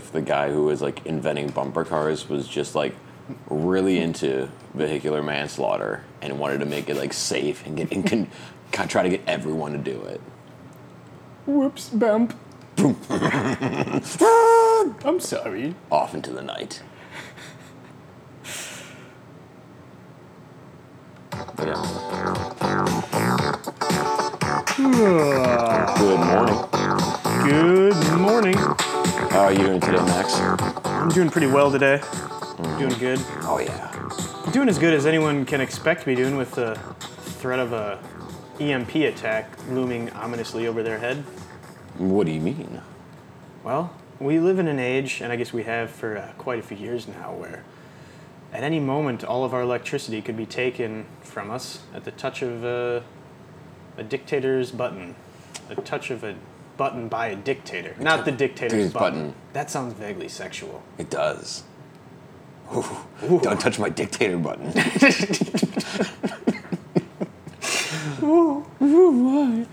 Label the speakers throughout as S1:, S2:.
S1: if the guy who was like inventing bumper cars was just like really into vehicular manslaughter and wanted to make it like safe and get and con- con- try to get everyone to do it.
S2: Whoops, bump.
S1: Ah!
S2: I'm sorry.
S1: Off into the night. Good morning.
S2: Good morning.
S1: How are you doing today, Max?
S2: I'm doing pretty well today. Doing good.
S1: Oh yeah.
S2: Doing as good as anyone can expect me doing with the threat of a EMP attack looming ominously over their head.
S1: What do you mean?
S2: Well, we live in an age, and I guess we have for uh, quite a few years now, where at any moment all of our electricity could be taken from us at the touch of uh, a dictator's button. The touch of a button by a dictator. Not the dictator's
S1: Dictator's
S2: button.
S1: button.
S2: That sounds vaguely sexual.
S1: It does. Ooh, Don't touch my dictator button.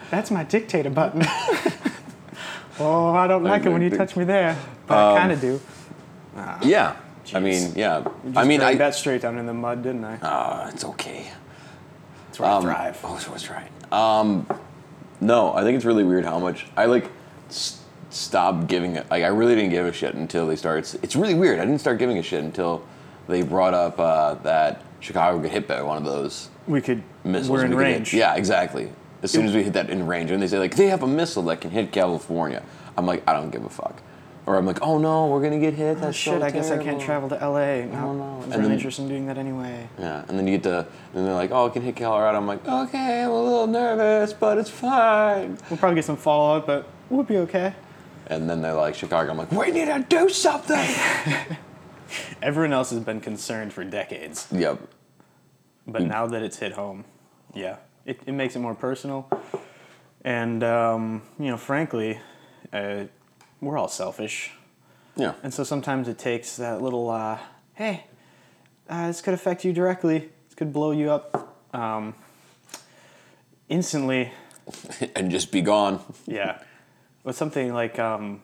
S2: That's my dictator button. oh, I don't like
S1: it when you touch
S2: me there, but
S1: Um,
S2: I kind of do.
S1: yeah. I
S2: Jeez.
S1: mean, yeah. I mean, I.
S2: that straight down in the mud, didn't I?
S1: Uh, it's okay.
S2: That's where I thrive.
S1: Oh, so it's right. Um, no, I think it's really weird how much I like s- stopped giving it. Like, I really didn't give a shit until they started. It's really weird. I didn't start giving a shit until they brought up uh, that Chicago got hit by one of those
S2: We could.
S1: missiles.
S2: we're in
S1: we could hit-
S2: range.
S1: Yeah, exactly. As soon as we hit that in range, and they say like they have a missile that can hit California, I'm like I don't give a fuck. Or I'm like, oh no, we're gonna get hit. That's so
S3: Oh, Shit, I guess I can't
S1: terrible."
S3: travel to LA. No,
S1: no. And
S3: There's no
S1: then-
S3: interest in doing that anyway.
S1: Yeah, and then you get to, and they're like, oh, it can hit Colorado. I'm like, okay, I'm a little nervous, but it's fine.
S3: We'll probably get some fallout, but we'll be okay.
S1: And then they're like, Chicago. I'm like, we need to do something.
S3: Everyone else has been concerned for decades,
S1: yep.
S3: but now that it's hit home, yeah, it, it makes it more personal. And, um, you know, frankly, uh, we're all selfish.
S1: Yeah.
S3: And so sometimes it takes that little, uh, hey, uh, this could affect you directly, this could blow you up um, instantly.
S1: and just be gone.
S3: Yeah, but something like um,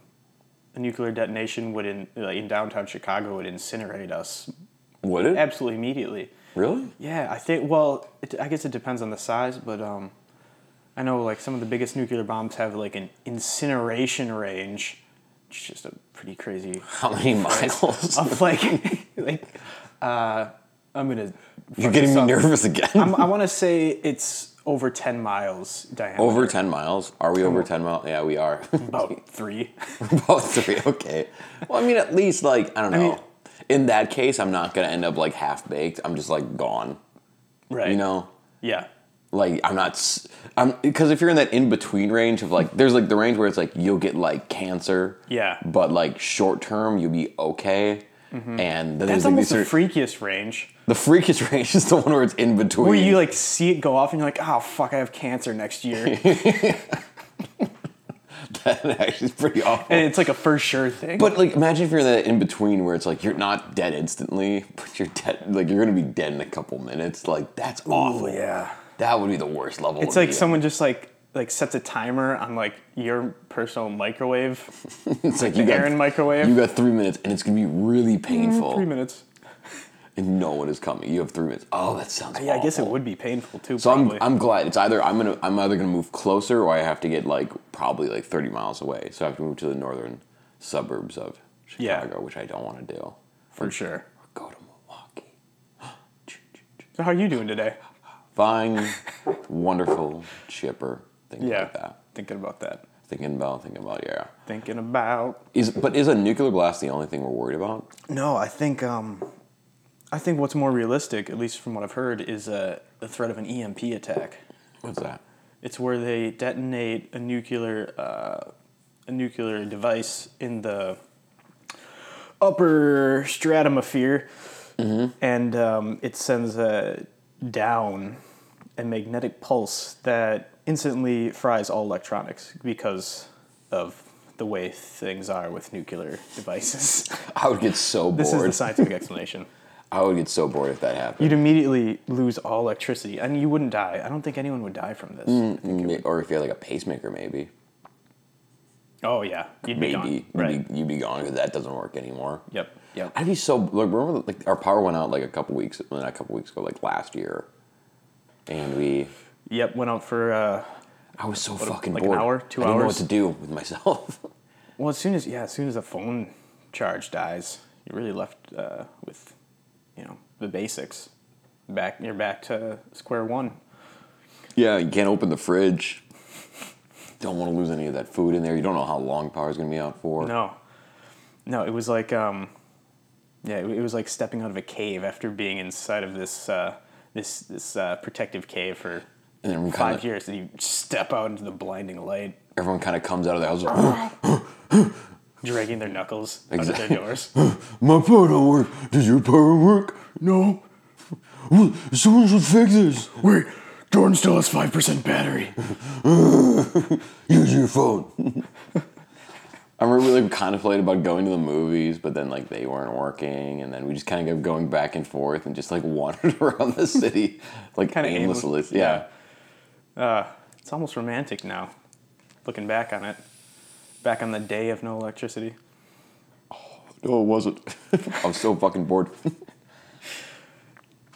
S3: a nuclear detonation would in like in downtown Chicago would incinerate us
S1: Would it?
S3: absolutely immediately.
S1: Really?
S3: Yeah, I think. Well, it, I guess it depends on the size, but um, I know like some of the biggest nuclear bombs have like an incineration range, which is just a pretty crazy
S1: How many miles?
S3: of like like uh, I'm gonna.
S1: You're getting me nervous again.
S3: I'm, Um, I want to say it's over ten miles diameter.
S1: over 10 miles. Are we over 10 miles? Yeah, we are.
S3: about three.
S1: Both three. Okay. Well, I mean, at least, like, I don't know.
S3: mean-
S1: In that case, I'm not going to end up, like, half baked. I'm just, like, gone.
S3: right.
S1: You know?
S3: Yeah.
S1: like I'm not s- I'm because if you're in that in between range of like there's like the range where it's like you'll get like cancer
S3: Yeah.
S1: but like short term you'll be okay and then
S3: Mm-hmm. That's
S1: there's like
S3: almost
S1: these
S3: the
S1: sort of-
S3: freakiest range.
S1: the freakiest range is the one where it's in between
S3: Where you like see it go off and you're like, oh fuck, I have cancer next year. and
S1: that actually is pretty awful
S3: it's like a for sure thing.
S1: but like imagine if you're in that in between where it's like you're not dead instantly but you're dead like you're gonna be dead in a couple minutes like that's awful
S3: yeah.
S1: that would be the worst level
S3: It's
S1: to
S3: like
S1: be at.
S3: someone just like like sets a timer on like your personal microwave.
S1: it's like you got
S3: Aaron microwave.
S1: you got three minutes and it's gonna be really painful
S3: Three minutes.
S1: and no one is coming. You have three minutes. Oh, that sounds.
S3: Yeah, I guess it
S1: awful.
S3: would be painful too,
S1: So I'm,
S3: probably.
S1: I'm glad it's either I'm gonna I'm either gonna move closer or I have to get like probably like 30 miles away. So I have to move to the northern suburbs of
S3: Yeah.
S1: Chicago, which I don't want to do. Or
S3: for sure.
S1: go to Milwaukee.
S3: So how are you doing today?
S1: Fine, wonderful, chipper, things
S3: Yeah.
S1: like that.
S3: Thinking about that.
S1: Thinking about thinking about yeah.
S3: Thinking about
S1: Is but is a nuclear blast the only thing we're worried about?
S3: No, I think um I think what's more realistic, at least from what I've heard, is uh, the threat of an EMP attack.
S1: What's that?
S3: It's where they detonate a nuclear uh, a nuclear device in the upper stratosphere,
S1: Mm-hmm.
S3: and um, it sends uh, down a magnetic pulse that instantly fries all electronics because of the way things are with nuclear devices.
S1: I would get so
S3: this is the
S1: bored.
S3: scientific explanation.
S1: I would get so bored if that happened.
S3: You'd immediately lose all electricity, and you wouldn't
S1: Mm.
S3: die. I don't think anyone would die from this.
S1: Ma- or if you had like a pacemaker, maybe.
S3: Oh yeah, you'd be
S1: maybe
S3: gone.
S1: you'd,
S3: Right.
S1: be, you'd be gone because that doesn't work anymore.
S3: Yep. Yep.
S1: I'd be so like remember like our power went out like a couple weeks well, not a couple weeks ago like last year, and we
S3: Yep. Went out for. Uh,
S1: I was so fucking
S3: like an
S1: bored.
S3: hour, two
S1: I didn't know what
S3: hours?
S1: to do with myself.
S3: well, as soon as yeah, as soon as the phone charge dies, you're really left uh, with, you know, the basics. Back you're back to square one.
S1: yeah, you can't open the fridge. Don't want to lose any of that food in there. You don't know how long power's gonna be out for.
S3: No. No, it was like um yeah, it, it was like stepping out of a cave after being inside of this uh this this uh, protective cave for
S1: And then kinda,
S3: 5 years and you step out into the blinding light
S1: everyone kind of comes out of the house like,
S3: dragging their knuckles out of
S1: Exactly.
S3: their doors.
S1: my power don't work. Does your power work?
S3: no.
S1: Someone should fix this.
S3: Wait. Jordan still has 5% battery.
S1: Use your phone. I remember we like contemplated about going to the movies, but then like they weren't working, and then we just kind of kept going back and forth and just like wandered around the city, like kind
S3: Kinda
S1: of
S3: aimless-
S1: aimlessly. yeah.
S3: It's almost romantic now looking back on it. Back on the day of no electricity.
S1: No, it wasn't. I'm so fucking bored.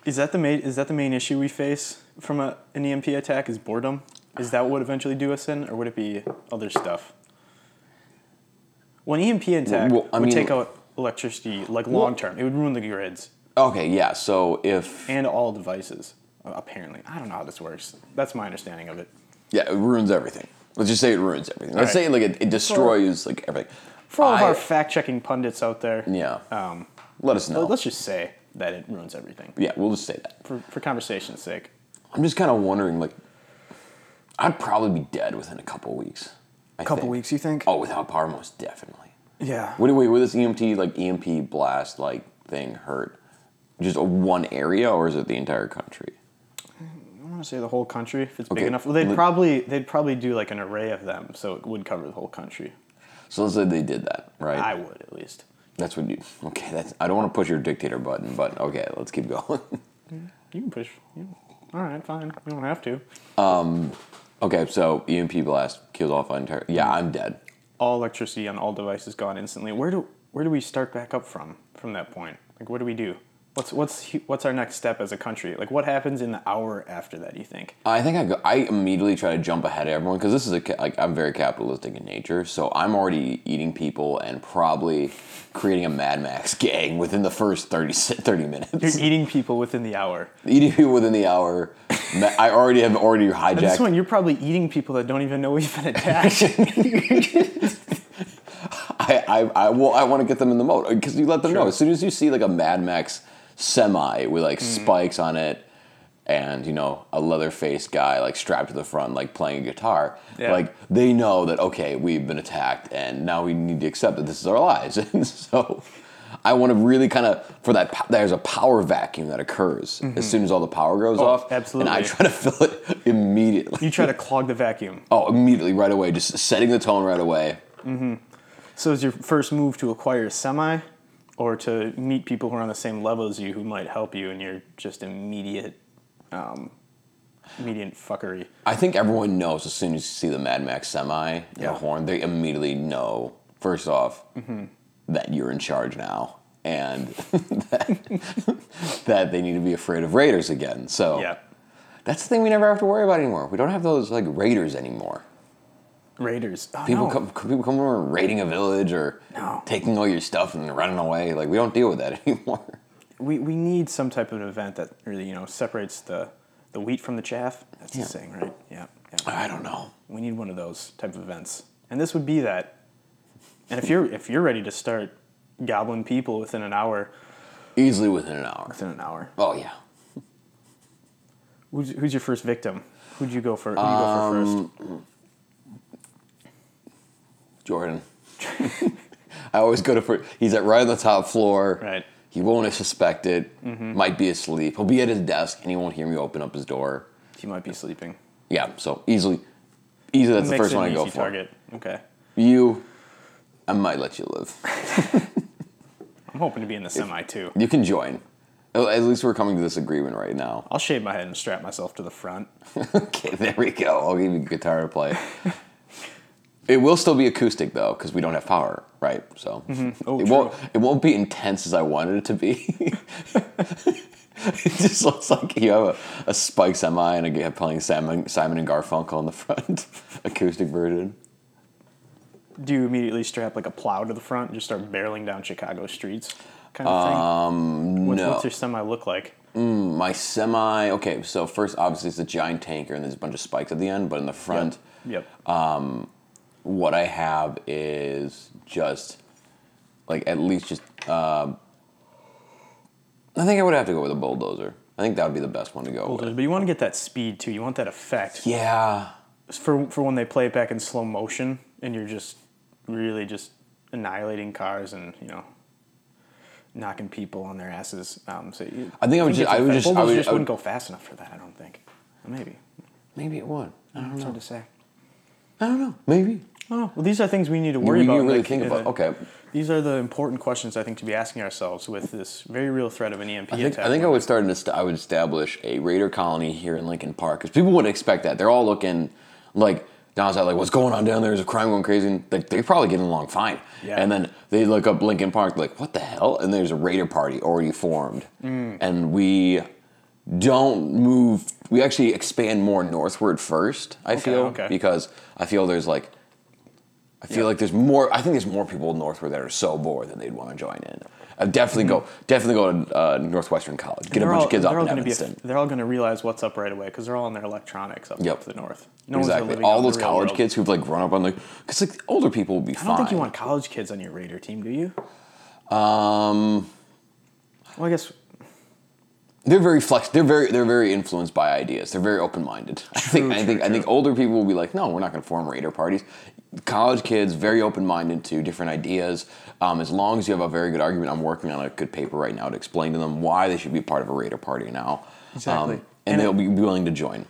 S3: Is that the main is that the main issue we face from a, an EMP attack is boredom? Is that what would eventually do us in or would it be other stuff? Well, an EMP attack
S1: Well, I
S3: would
S1: mean-
S3: take out electricity like long term. It would ruin the grids
S1: okay, yeah. So if
S3: and all devices a- apparently. I don't know how this works. That's my understanding of it.
S1: yeah, it ruins everything. Let's just say it ruins everything. Let's
S3: All right.
S1: say like it, it destroys like everything.
S3: For all of
S1: I-
S3: our fact-checking pundits out there,
S1: yeah.
S3: um,
S1: let us know.
S3: let- let's just say that it ruins everything
S1: yeah, we'll just say that.
S3: for, for conversation's sake.
S1: I'm just kind of wondering like, I'd probably be dead within a couple weeks. A
S3: you think?
S1: Oh, without power, most definitely.
S3: Yeah.
S1: What wait, with this EMT like EMP blast like thing hurt? Just a one area, or is it the entire country?
S3: I want to say the whole country if it's
S1: Okay.
S3: big enough. Well, they'd
S1: Li-
S3: probably they'd probably do like an array of them, so it would cover the whole country.
S1: So let's say they did that, right?
S3: I would at least.
S1: That's what you. Okay, that's. I don't want to push your dictator button, but okay, let's keep going.
S3: You can push. You all right, fine. We don't have to.
S1: okay, so EMP blast kills off an entire. Yeah, I'm dead.
S3: All electricity on all devices gone instantly. Where do where do we start back up from from that point? Like, what do we do? What's what's hu- what's our next step as a country? Like, what happens in the hour after that? You think?
S1: I think I go, I immediately try to jump ahead of everyone because this is a ca- like I'm very capitalistic in nature, so I'm already eating people and probably creating a Mad Max gang within the first 30, se- 30 minutes.
S3: You're eating people within the hour.
S1: eating people within the hour. Ma- I already have already
S3: At this
S1: hijacked.
S3: one, you're probably eating people that don't even know we've been attacked.
S1: I I I, well, I want to get them in the mode because you let them know
S3: Sure.
S1: as soon as you see like a Mad Max semi with like
S3: Mm-hmm.
S1: spikes on it and you know a leather faced guy like strapped to the front like playing a guitar
S3: Yeah.
S1: like they know that okay we've been attacked and now we need to accept that this is our lives and so i want to really kind of for that po- there's a power vacuum that occurs as soon as all the power goes off and i
S3: Mm-hmm. Oh, absolutely.
S1: try to fill it immediately
S3: you try to clog the vacuum.
S1: Oh, immediately, right away, just setting the tone right away.
S3: So is your first move to acquire a semi or to meet people who are on the same level as you who might help you in your just immediate um, immediate fuckery.
S1: I think everyone knows as soon as you see the Mad Max semi and the
S3: Yeah. Mm-hmm.
S1: horn, they immediately know, first off, that you're in charge now and that, that they need to be afraid of raiders again. So
S3: Yeah.
S1: that's the thing we never have to worry about anymore. We don't have those like raiders anymore.
S3: Raiders. Oh,
S1: People
S3: no.
S1: come people come over and raiding a village or
S3: No.
S1: taking all your stuff and running away. Like we don't deal with that anymore.
S3: we, we need some type of an event that really, you know, separates the, the wheat from the chaff. That's
S1: Yeah.
S3: the saying, right? Yeah. yeah.
S1: I don't know.
S3: We need one of those type of events. And this would be that. And if you're if you're ready to start gobbling people within an hour
S1: Easily within an hour.
S3: within an hour.
S1: Oh yeah.
S3: Who's, who's your first victim? Who'd you go for? Who'd you go for
S1: Um,
S3: first?
S1: Jordan. I always go to first. He's at right on the top floor.
S3: Right. Mm-hmm.
S1: He won't suspect it. Might be asleep. He'll be at his desk and he won't hear me open up his door.
S3: He might be sleeping.
S1: Yeah. So easily, easily that's the
S3: Makes
S1: first
S3: it
S1: one
S3: an
S1: I go
S3: easy
S1: for.
S3: target. Okay.
S1: You, I might let you live.
S3: I'm hoping to be in the semi too.
S1: You can join. At at least we're coming to this agreement right now.
S3: I'll shave my head and strap myself to the front.
S1: Okay, there we go. I'll give you a guitar to play. It will still be acoustic though, because we don't have power, right? So
S3: Oh,
S1: it
S3: true.
S1: won't it won't be intense as I wanted it to be. it just looks like you have a, a Spike semi and a guy playing Simon, Simon and Garfunkel in the front, acoustic version.
S3: Do you immediately strap like a plow to the front and just start barreling down Chicago streets, kind of thing? Um, what's,
S1: no.
S3: what's your semi look like?
S1: My semi, okay. So first, obviously, it's a giant tanker and there's a bunch of spikes at the end, but in the front.
S3: Yep.
S1: what I have is just like at least just. Uh, I think I would have to go with a bulldozer. I think that would be the best one to go with.
S3: but you want to get that speed too. You want that effect
S1: Yeah,
S3: for for when they play it back in slow motion and you're just really just annihilating cars and you know knocking people on their asses. Um, so you,
S1: I think I would
S3: it's
S1: just. I would
S3: effect-
S1: just. I
S3: Bulldozer
S1: would,
S3: just
S1: I would-
S3: wouldn't go fast enough for that. I don't think. Maybe.
S1: Maybe it would. I don't
S3: It's
S1: know.
S3: hard to say.
S1: I don't know. Maybe.
S3: Oh, well, these are things we need to worry
S1: We
S3: about.
S1: can really
S3: like,
S1: think
S3: in
S1: about.
S3: a-
S1: Okay.
S3: These are the important questions I think to be asking ourselves with this very real threat of an EMP
S1: I think,
S3: attack.
S1: I think I would start an. est- I would establish a raider colony here in Lincoln Park because people wouldn't expect that. They're all looking like down south, like what's going on down there? There's a crime going crazy. And like they're probably getting along fine.
S3: Yeah.
S1: And then they look up Lincoln Park, like what the hell? And there's a raider party already formed,
S3: Mm.
S1: and we don't move. We actually expand more northward first. I feel
S3: okay.
S1: because I feel there's like. I feel
S3: Yeah.
S1: like there's more. I think there's more people northward that are so bored that they'd want to join in. I definitely go, definitely go to uh, Northwestern College get a
S3: Mm-hmm. They're
S1: bunch
S3: all-
S1: of kids
S3: they're
S1: up
S3: all
S1: in
S3: gonna be aff-
S1: Evanston.
S3: they're all going to realize what's up right away because they're all on their electronics up
S1: Yep.
S3: to the north. No one's
S1: exactly.
S3: living out
S1: All
S3: in the
S1: those
S3: real
S1: college
S3: world.
S1: kids who've like grown up on like, because like older people will be
S3: I
S1: fine.
S3: don't think you want college kids on your Raider team, do you?
S1: Um,
S3: Well, I guess
S1: they're very flex. They're very they're very influenced by ideas. They're very open minded. I think I
S3: true,
S1: think I think older people will be like, no, we're not going to form raider parties. College kids very open minded to different ideas. Um, as long as you have a very good argument, I'm working on a good paper right now to explain to them why they should be part of a raider party now. Um,
S3: Exactly.
S1: and,
S3: And
S1: they'll be willing to join.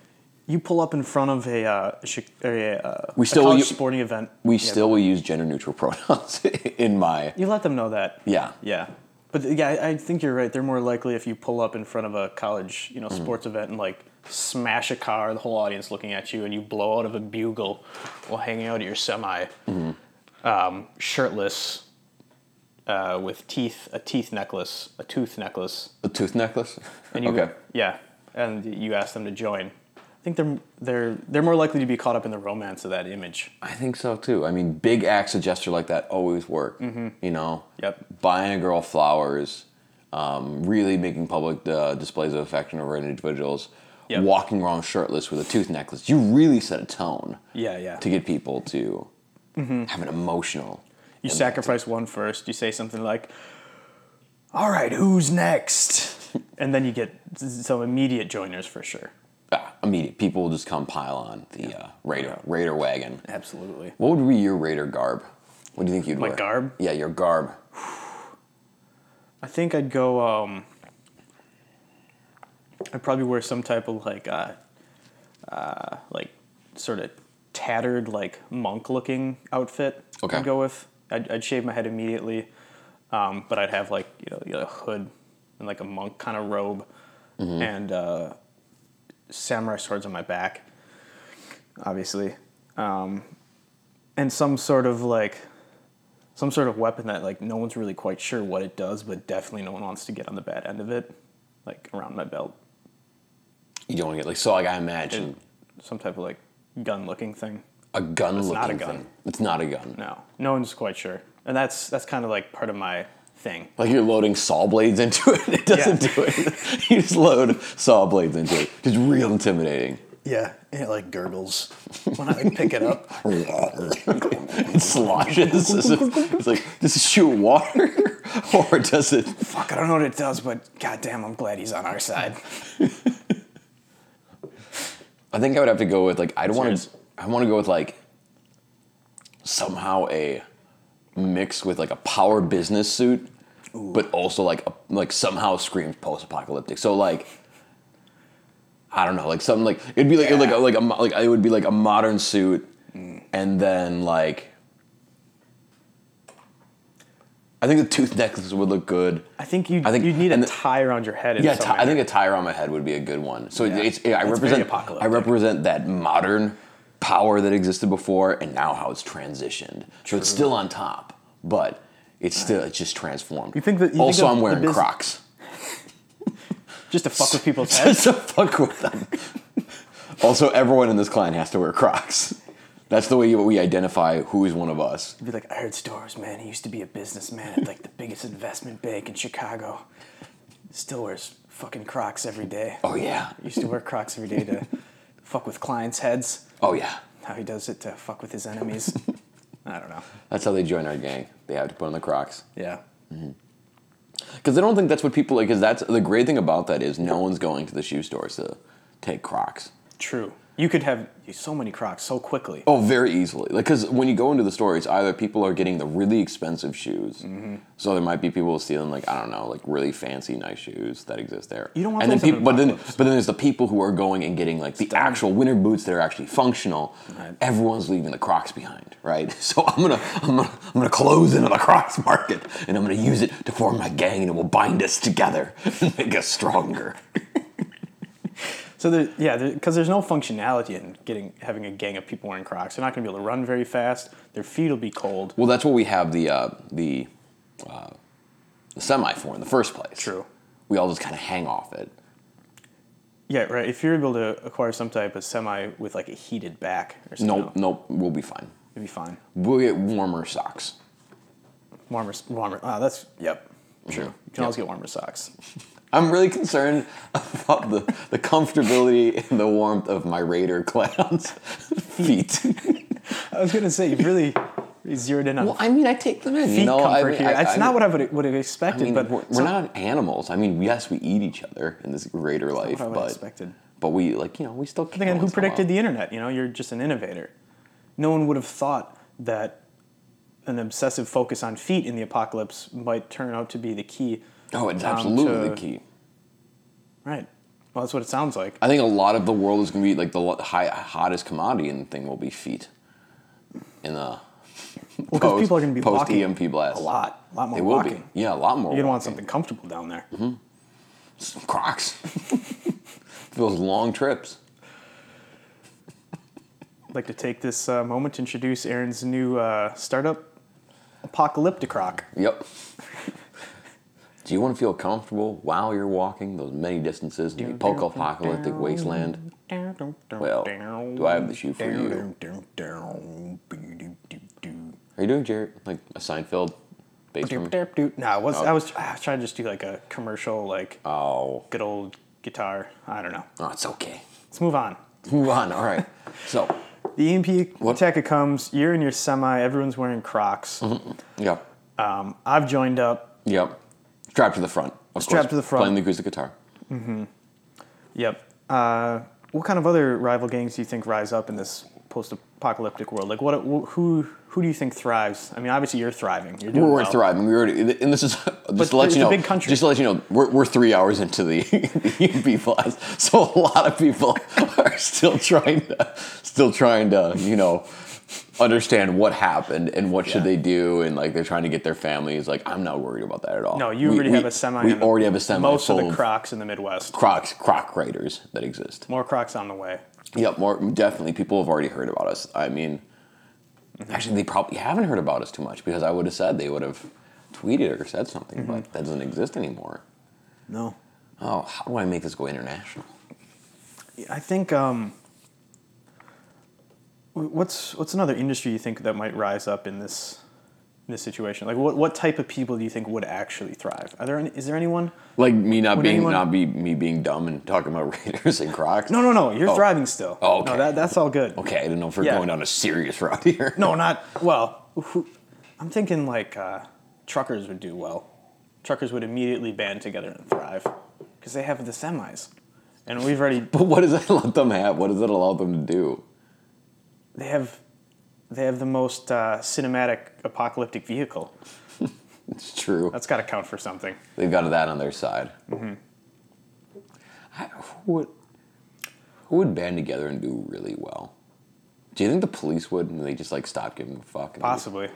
S3: you pull up in front of a uh, chi- or a, uh,
S1: We
S3: a
S1: still
S3: college
S1: u-
S3: sporting event.
S1: We
S3: Yeah.
S1: still will use gender neutral pronouns in my
S3: you let them know that.
S1: yeah.
S3: Yeah. But yeah, I, I think you're right. They're more likely if you pull up in front of a college, you know,
S1: Mm-hmm.
S3: sports event and like smash a car, the whole audience looking at you, and you blow out of a bugle while hanging out at your semi,
S1: Mm-hmm.
S3: um, shirtless, uh, with teeth, a teeth necklace, a tooth necklace,
S1: A tooth necklace.
S3: and you,
S1: okay.
S3: yeah, and you ask them to join. I think they're they're they're more likely to be caught up in the romance of that image.
S1: I think so too. I mean, big acts of gesture like that always work. You know.
S3: Mm-hmm. Yep.
S1: Buying a girl flowers, um, really making public uh, displays of affection over individuals,
S3: Yep.
S1: walking around shirtless with a tooth necklace. You really set a tone
S3: Yeah, yeah. Mm-hmm.
S1: to get people to have an emotional.
S3: You sacrifice one first. You say something like, "All right, who's next?" and then you get s- some immediate joiners for sure.
S1: Ah, immediate people will just come pile on the uh, raider raider wagon.
S3: Absolutely.
S1: What would be your raider garb? What do you think you'd
S3: My
S1: wear?
S3: garb?
S1: Yeah, your garb.
S3: I think I'd go. Um, I'd probably wear some type of like, uh, uh, like sort of tattered, like monk-looking outfit.
S1: Okay.
S3: I'd go with. I'd, I'd shave my head immediately, um, but I'd have like you know, you know, a hood and like a monk kind of robe, and uh, samurai swords on my back. Obviously, um, and some sort of like some sort of weapon that like no one's really quite sure what it does, but definitely no one wants to get on the bad end of it, like around my belt,
S1: You don't want to get like so. Like I imagine
S3: some type of like gun-looking thing.
S1: a gun looking
S3: not a gun.
S1: thing. It's not a gun.
S3: No, no one's quite sure, and that's that's kind of like part of my thing.
S1: Like you're loading saw blades into it. It doesn't
S3: Yeah.
S1: do it. You just load saw blades into it. Just real intimidating.
S3: Yeah, it like gurgles when I like pick it up.
S1: it sloshes. as if- it's like, does it shoot water? or does it?
S3: Fuck, I don't know what it does, but goddamn, I'm glad he's on our side.
S1: I think I would have to go with like I'd want
S3: yours?
S1: to. I want to go with like somehow a mix with like a power business suit, but also like a, like somehow screams post apocalyptic. So like. I don't know, like something like it'd be like like a, like a mo- like it would be like a modern suit, and then like I think the tooth necklace would look good.
S3: I think you
S1: I think-
S3: you'd need a
S1: and the-
S3: tie around your head. in
S1: Yeah,
S3: some
S1: ti- I
S3: manner.
S1: think a tie around my head would be a good one. So
S3: Yeah.
S1: it's, yeah, I
S3: It's very
S1: represent I
S3: apocalyptic.
S1: represent that modern power that existed before and now how it's transitioned. So it's still on top, but it's still it's just transformed.
S3: You think that- you think
S1: also
S3: of
S1: I'm
S3: the
S1: wearing
S3: bus-
S1: Crocs.
S3: Just to fuck with people's
S1: Just
S3: heads.
S1: to fuck with them. also, everyone in this clan has to wear Crocs. That's the way we identify who is one of us.
S3: Be like, I heard stories, man. He used to be a businessman at like the biggest investment bank in Chicago. Still wears fucking Crocs every day.
S1: Oh yeah.
S3: Used to wear Crocs every day to fuck with clients' heads.
S1: Oh yeah.
S3: Now he does it to fuck with his enemies. I don't know.
S1: That's how they join our gang. They have to put on the Crocs.
S3: Yeah.
S1: Because I don't think that's what people like. Because that's the great thing about that is no one's going to the shoe stores to take Crocs.
S3: True. You could have so many Crocs so quickly.
S1: Oh, very easily. Like, because when you go into the store, it's either people are getting the really expensive shoes,
S3: Mm-hmm.
S1: so there might be people stealing like I don't know, like really fancy nice shoes that exist there.
S3: You don't want
S1: and then
S3: those in
S1: people, but then
S3: Apocalypse.
S1: but then there's the people who are going and getting like the actual winter boots that are actually functional.
S3: Right.
S1: Everyone's leaving the Crocs behind, right? So I'm gonna I'm gonna I'm gonna close into the Crocs market, and I'm gonna use it to form my gang, and it will bind us together and make us stronger.
S3: So there, yeah, because there's no functionality in getting having a gang of people wearing Crocs. They're not going to be able to run very fast. Their feet will be cold.
S1: Well, that's what we have the uh, the uh, the semi for in the first place.
S3: True.
S1: We all just kind of hang off it.
S3: Yeah, right. If you're able to acquire some type of semi with like a heated back or something,
S1: Nope, nope. We'll be fine.
S3: it'd be fine.
S1: We'll get warmer socks.
S3: Warmer, warmer. Ah, that's yep.
S1: True.
S3: You can always get warmer socks.
S1: I'm really concerned about the, the comfortability and the warmth of my Raider clown's feet.
S3: I was gonna say you really zeroed in on
S1: well, I mean, I take them in.
S3: feet
S1: you know, I
S3: comfort
S1: mean,
S3: here.
S1: I-
S3: That's
S1: I-
S3: not what I would would have
S1: I
S3: expected,
S1: mean,
S3: but
S1: we're, we're
S3: some-
S1: not animals. I mean, yes, we eat each other in this Raider life,
S3: what I would
S1: but
S3: expected.
S1: but we like you know we still.
S3: But Then again, who predicted the internet? You know, you're just an innovator. No one would have thought that an obsessive focus on feet in the apocalypse might turn out to be the key.
S1: Oh, it's
S3: um,
S1: absolutely
S3: to-
S1: the key.
S3: Right. Well, that's what it sounds like.
S1: I think a lot of the world is going to be like the lo- high, hottest commodity and thing will be feet. In the
S3: Well, because
S1: post,
S3: people are going to be
S1: post
S3: walking
S1: EMP blast.
S3: a lot, a lot more
S1: They will
S3: walking.
S1: be. Yeah, a lot more.
S3: You're gonna want
S1: walking.
S3: something comfortable down there.
S1: Some Crocs. For Those long trips.
S3: I'd like to take this uh, moment to introduce Aaron's new uh, startup, Apocalyptic Rock.
S1: Yep. Do you want to feel comfortable while you're walking those many distances in the post-apocalyptic wasteland? Well, do I have the shoe for you? Are you doing Jared like a Seinfeld bass drum?
S3: No, I was I was I was trying to just do like a commercial, like
S1: Oh,
S3: good old guitar. I don't know.
S1: oh, it's okay.
S3: Let's move on.
S1: Move on. All right. So,
S3: The E EMP attack comes. You're in your semi. Everyone's wearing Crocs.
S1: Mm-hmm. yep.
S3: Um, I've joined up.
S1: Yep. Strapped to the front. Of
S3: Strapped
S1: course,
S3: to the front.
S1: Playing the acoustic guitar.
S3: Yep. Uh, what kind of other rival gangs do you think rise up in this post-apocalyptic world? Like, what? Who? Who do you think thrives? I mean, obviously you're thriving. You're doing
S1: We're, we're
S3: well.
S1: thriving. We already, and this is just to let
S3: it's
S1: you
S3: a
S1: know.
S3: big country.
S1: Just to let you know, we're, we're three hours into the, the EMP blast, so a lot of people are still trying to, still trying to, you know, understand what happened and what should they
S3: Yeah.
S1: do, and like they're trying to get their families. Like I'm not worried about that at all.
S3: No, you
S1: We-
S3: already
S1: we-
S3: have a semi.
S1: We
S3: on the-
S1: already have a semi.
S3: Most of
S1: full
S3: the Crocs in the Midwest.
S1: Crocs, Croc Raiders that exist.
S3: More Crocs on the way.
S1: Yep, more definitely. People have already heard about us. I mean, actually, they probably haven't heard about us too much because I would have said they would have tweeted or said something, but that doesn't exist anymore.
S3: No.
S1: Oh, how do I make this go international?
S3: I think um, wh- what's what's another industry you think that might rise up in this in this situation? Like, what what type of people do you think would actually thrive? Are there any, is there anyone?
S1: Like me not
S3: Would
S1: being
S3: anyone-
S1: not be me being dumb and talking about Raiders and Crocs.
S3: No, no, no. You're
S1: Oh.
S3: thriving still.
S1: Oh, okay.
S3: No, that, that's all good.
S1: Okay, I didn't know if we're
S3: Yeah.
S1: going down a serious route here.
S3: No, not well. Who, I'm thinking like uh, truckers would do well. Truckers would immediately band together and thrive because they have the semis, and we've already
S1: But what does that let them have? What does that allow them to do?
S3: they have they have the most uh, cinematic apocalyptic vehicle.
S1: It's true.
S3: That's got to count for something.
S1: They've got that on their side. I, who would who would band together and do really well? Do you think the police would, and they just like stop giving a fuck? and-
S3: Possibly.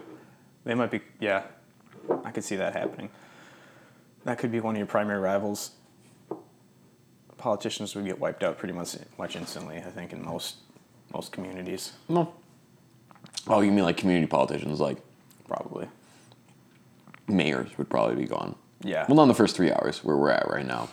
S3: They might be, yeah. I could see that happening. That could be one of your primary rivals. Politicians would get wiped out pretty much, much instantly, I think, in most most communities,
S1: No. Oh, you mean like community politicians, like
S3: probably.
S1: mayors would probably be gone.
S3: Yeah.
S1: Well, not in the first three hours where we're at right now.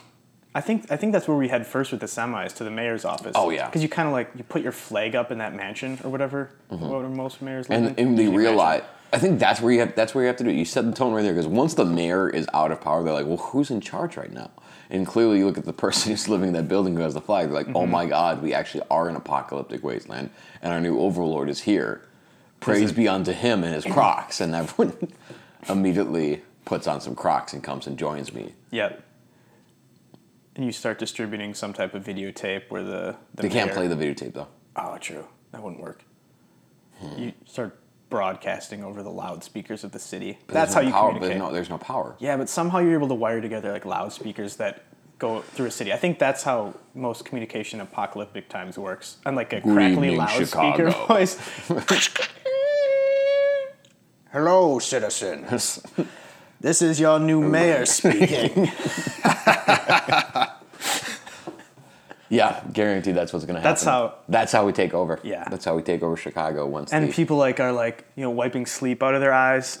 S3: I think I think that's where we head first with the semis to the mayor's office.
S1: Oh, yeah.
S3: because you kind of like you put your flag up in that mansion or whatever. What are most mayors live
S1: Mm-hmm. And,
S3: in?
S1: and they
S3: Can you imagine?
S1: realize, I think that's where you have that's where you have to do it. You set the tone right there because once the mayor is out of power, they're like, well, who's in charge right now? And clearly, you look at the person who's living in that building who has the flag. They're like, oh
S3: Mm-hmm.
S1: my God, we actually are in apocalyptic wasteland, and our new overlord is here. Praise be unto him and his Crocs, and everyone immediately puts on some Crocs and comes and joins me.
S3: Yeah. And you start distributing some type of videotape where the, the
S1: They can't play
S3: mayor-
S1: the videotape though.
S3: Oh, true. That wouldn't work. You start broadcasting over the loudspeakers of the city.
S1: There's
S3: That's how
S1: no
S3: you
S1: power, but
S3: communicate.
S1: There's no, there's no power.
S3: Yeah, but somehow you're able to wire together like loudspeakers that go through a city. I think that's how most communication in apocalyptic times works. And like a crackly
S1: evening,
S3: loudspeaker
S1: Chicago.
S3: voice.
S4: Hello, citizens. this is your new mayor speaking.
S1: Yeah, guaranteed. That's what's going to happen.
S3: That's how-
S1: That's how we take over.
S3: Yeah.
S1: That's how we take over Chicago once.
S3: And
S1: the-
S3: people like are like, you know, wiping sleep out of their eyes,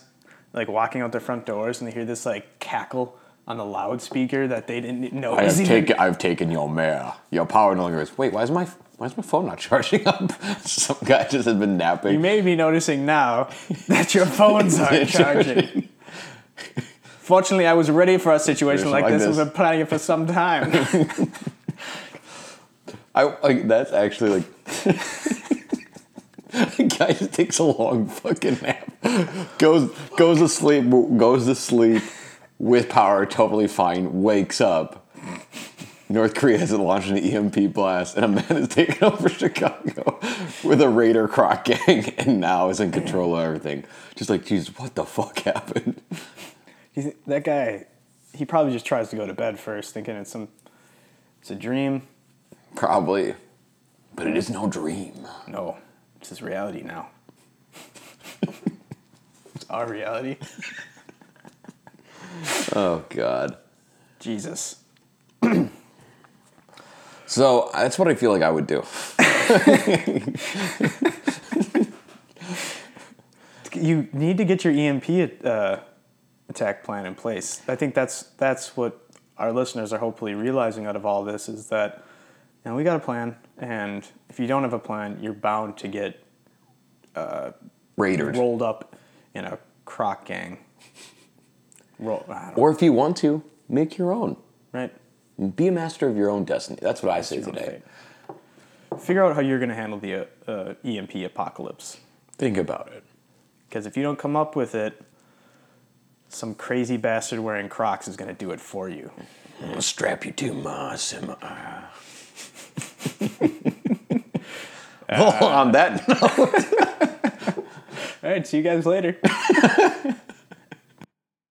S3: like walking out their front doors and they hear this like cackle on the loudspeaker that they didn't know
S1: I have
S3: was even
S1: taken. I've taken your mayor. Your power no longer is. Wait, why is my why is my phone not charging up? Some guy just has been napping.
S3: You may be noticing now that your phones aren't charging. Fortunately, I was ready for a situation
S1: Situation
S3: like
S1: like
S3: this.
S1: this.
S3: We've been planning it for some time.
S1: I like that's actually like. The guy just takes a long fucking nap, goes goes to sleep, goes to sleep with power, totally fine. Wakes up. North Korea hasn't launched an EMP blast, and a man has taken over Chicago with a Raider Croc gang, and now is in control of everything. Just like, Jesus, what the fuck happened?
S3: He's- that guy, he probably just tries to go to bed first, thinking it's some, it's a dream.
S1: Probably, but it is no dream.
S3: No, it's his reality now. it's our reality.
S1: Oh God.
S3: Jesus.
S1: So that's what I feel like I would do.
S3: You need to get your EMP uh, attack plan in place. I think that's that's what our listeners are hopefully realizing out of all this is that you know, we got a plan, and if you don't have a plan, you're bound to get
S1: Raiders.
S3: rolled up in a croc gang. Roll, I don't,
S1: Or if you want to, make your own.
S3: right?
S1: Be a master of your own destiny. That's what I say today.
S3: Figure out how you're going to handle the uh, uh, EMP apocalypse.
S1: Think about it.
S3: Because if you don't come up with it, some crazy bastard wearing Crocs is going to do it for you.
S1: I'm gonna strap you to my semi. well, on that note,
S3: All right, see you guys later.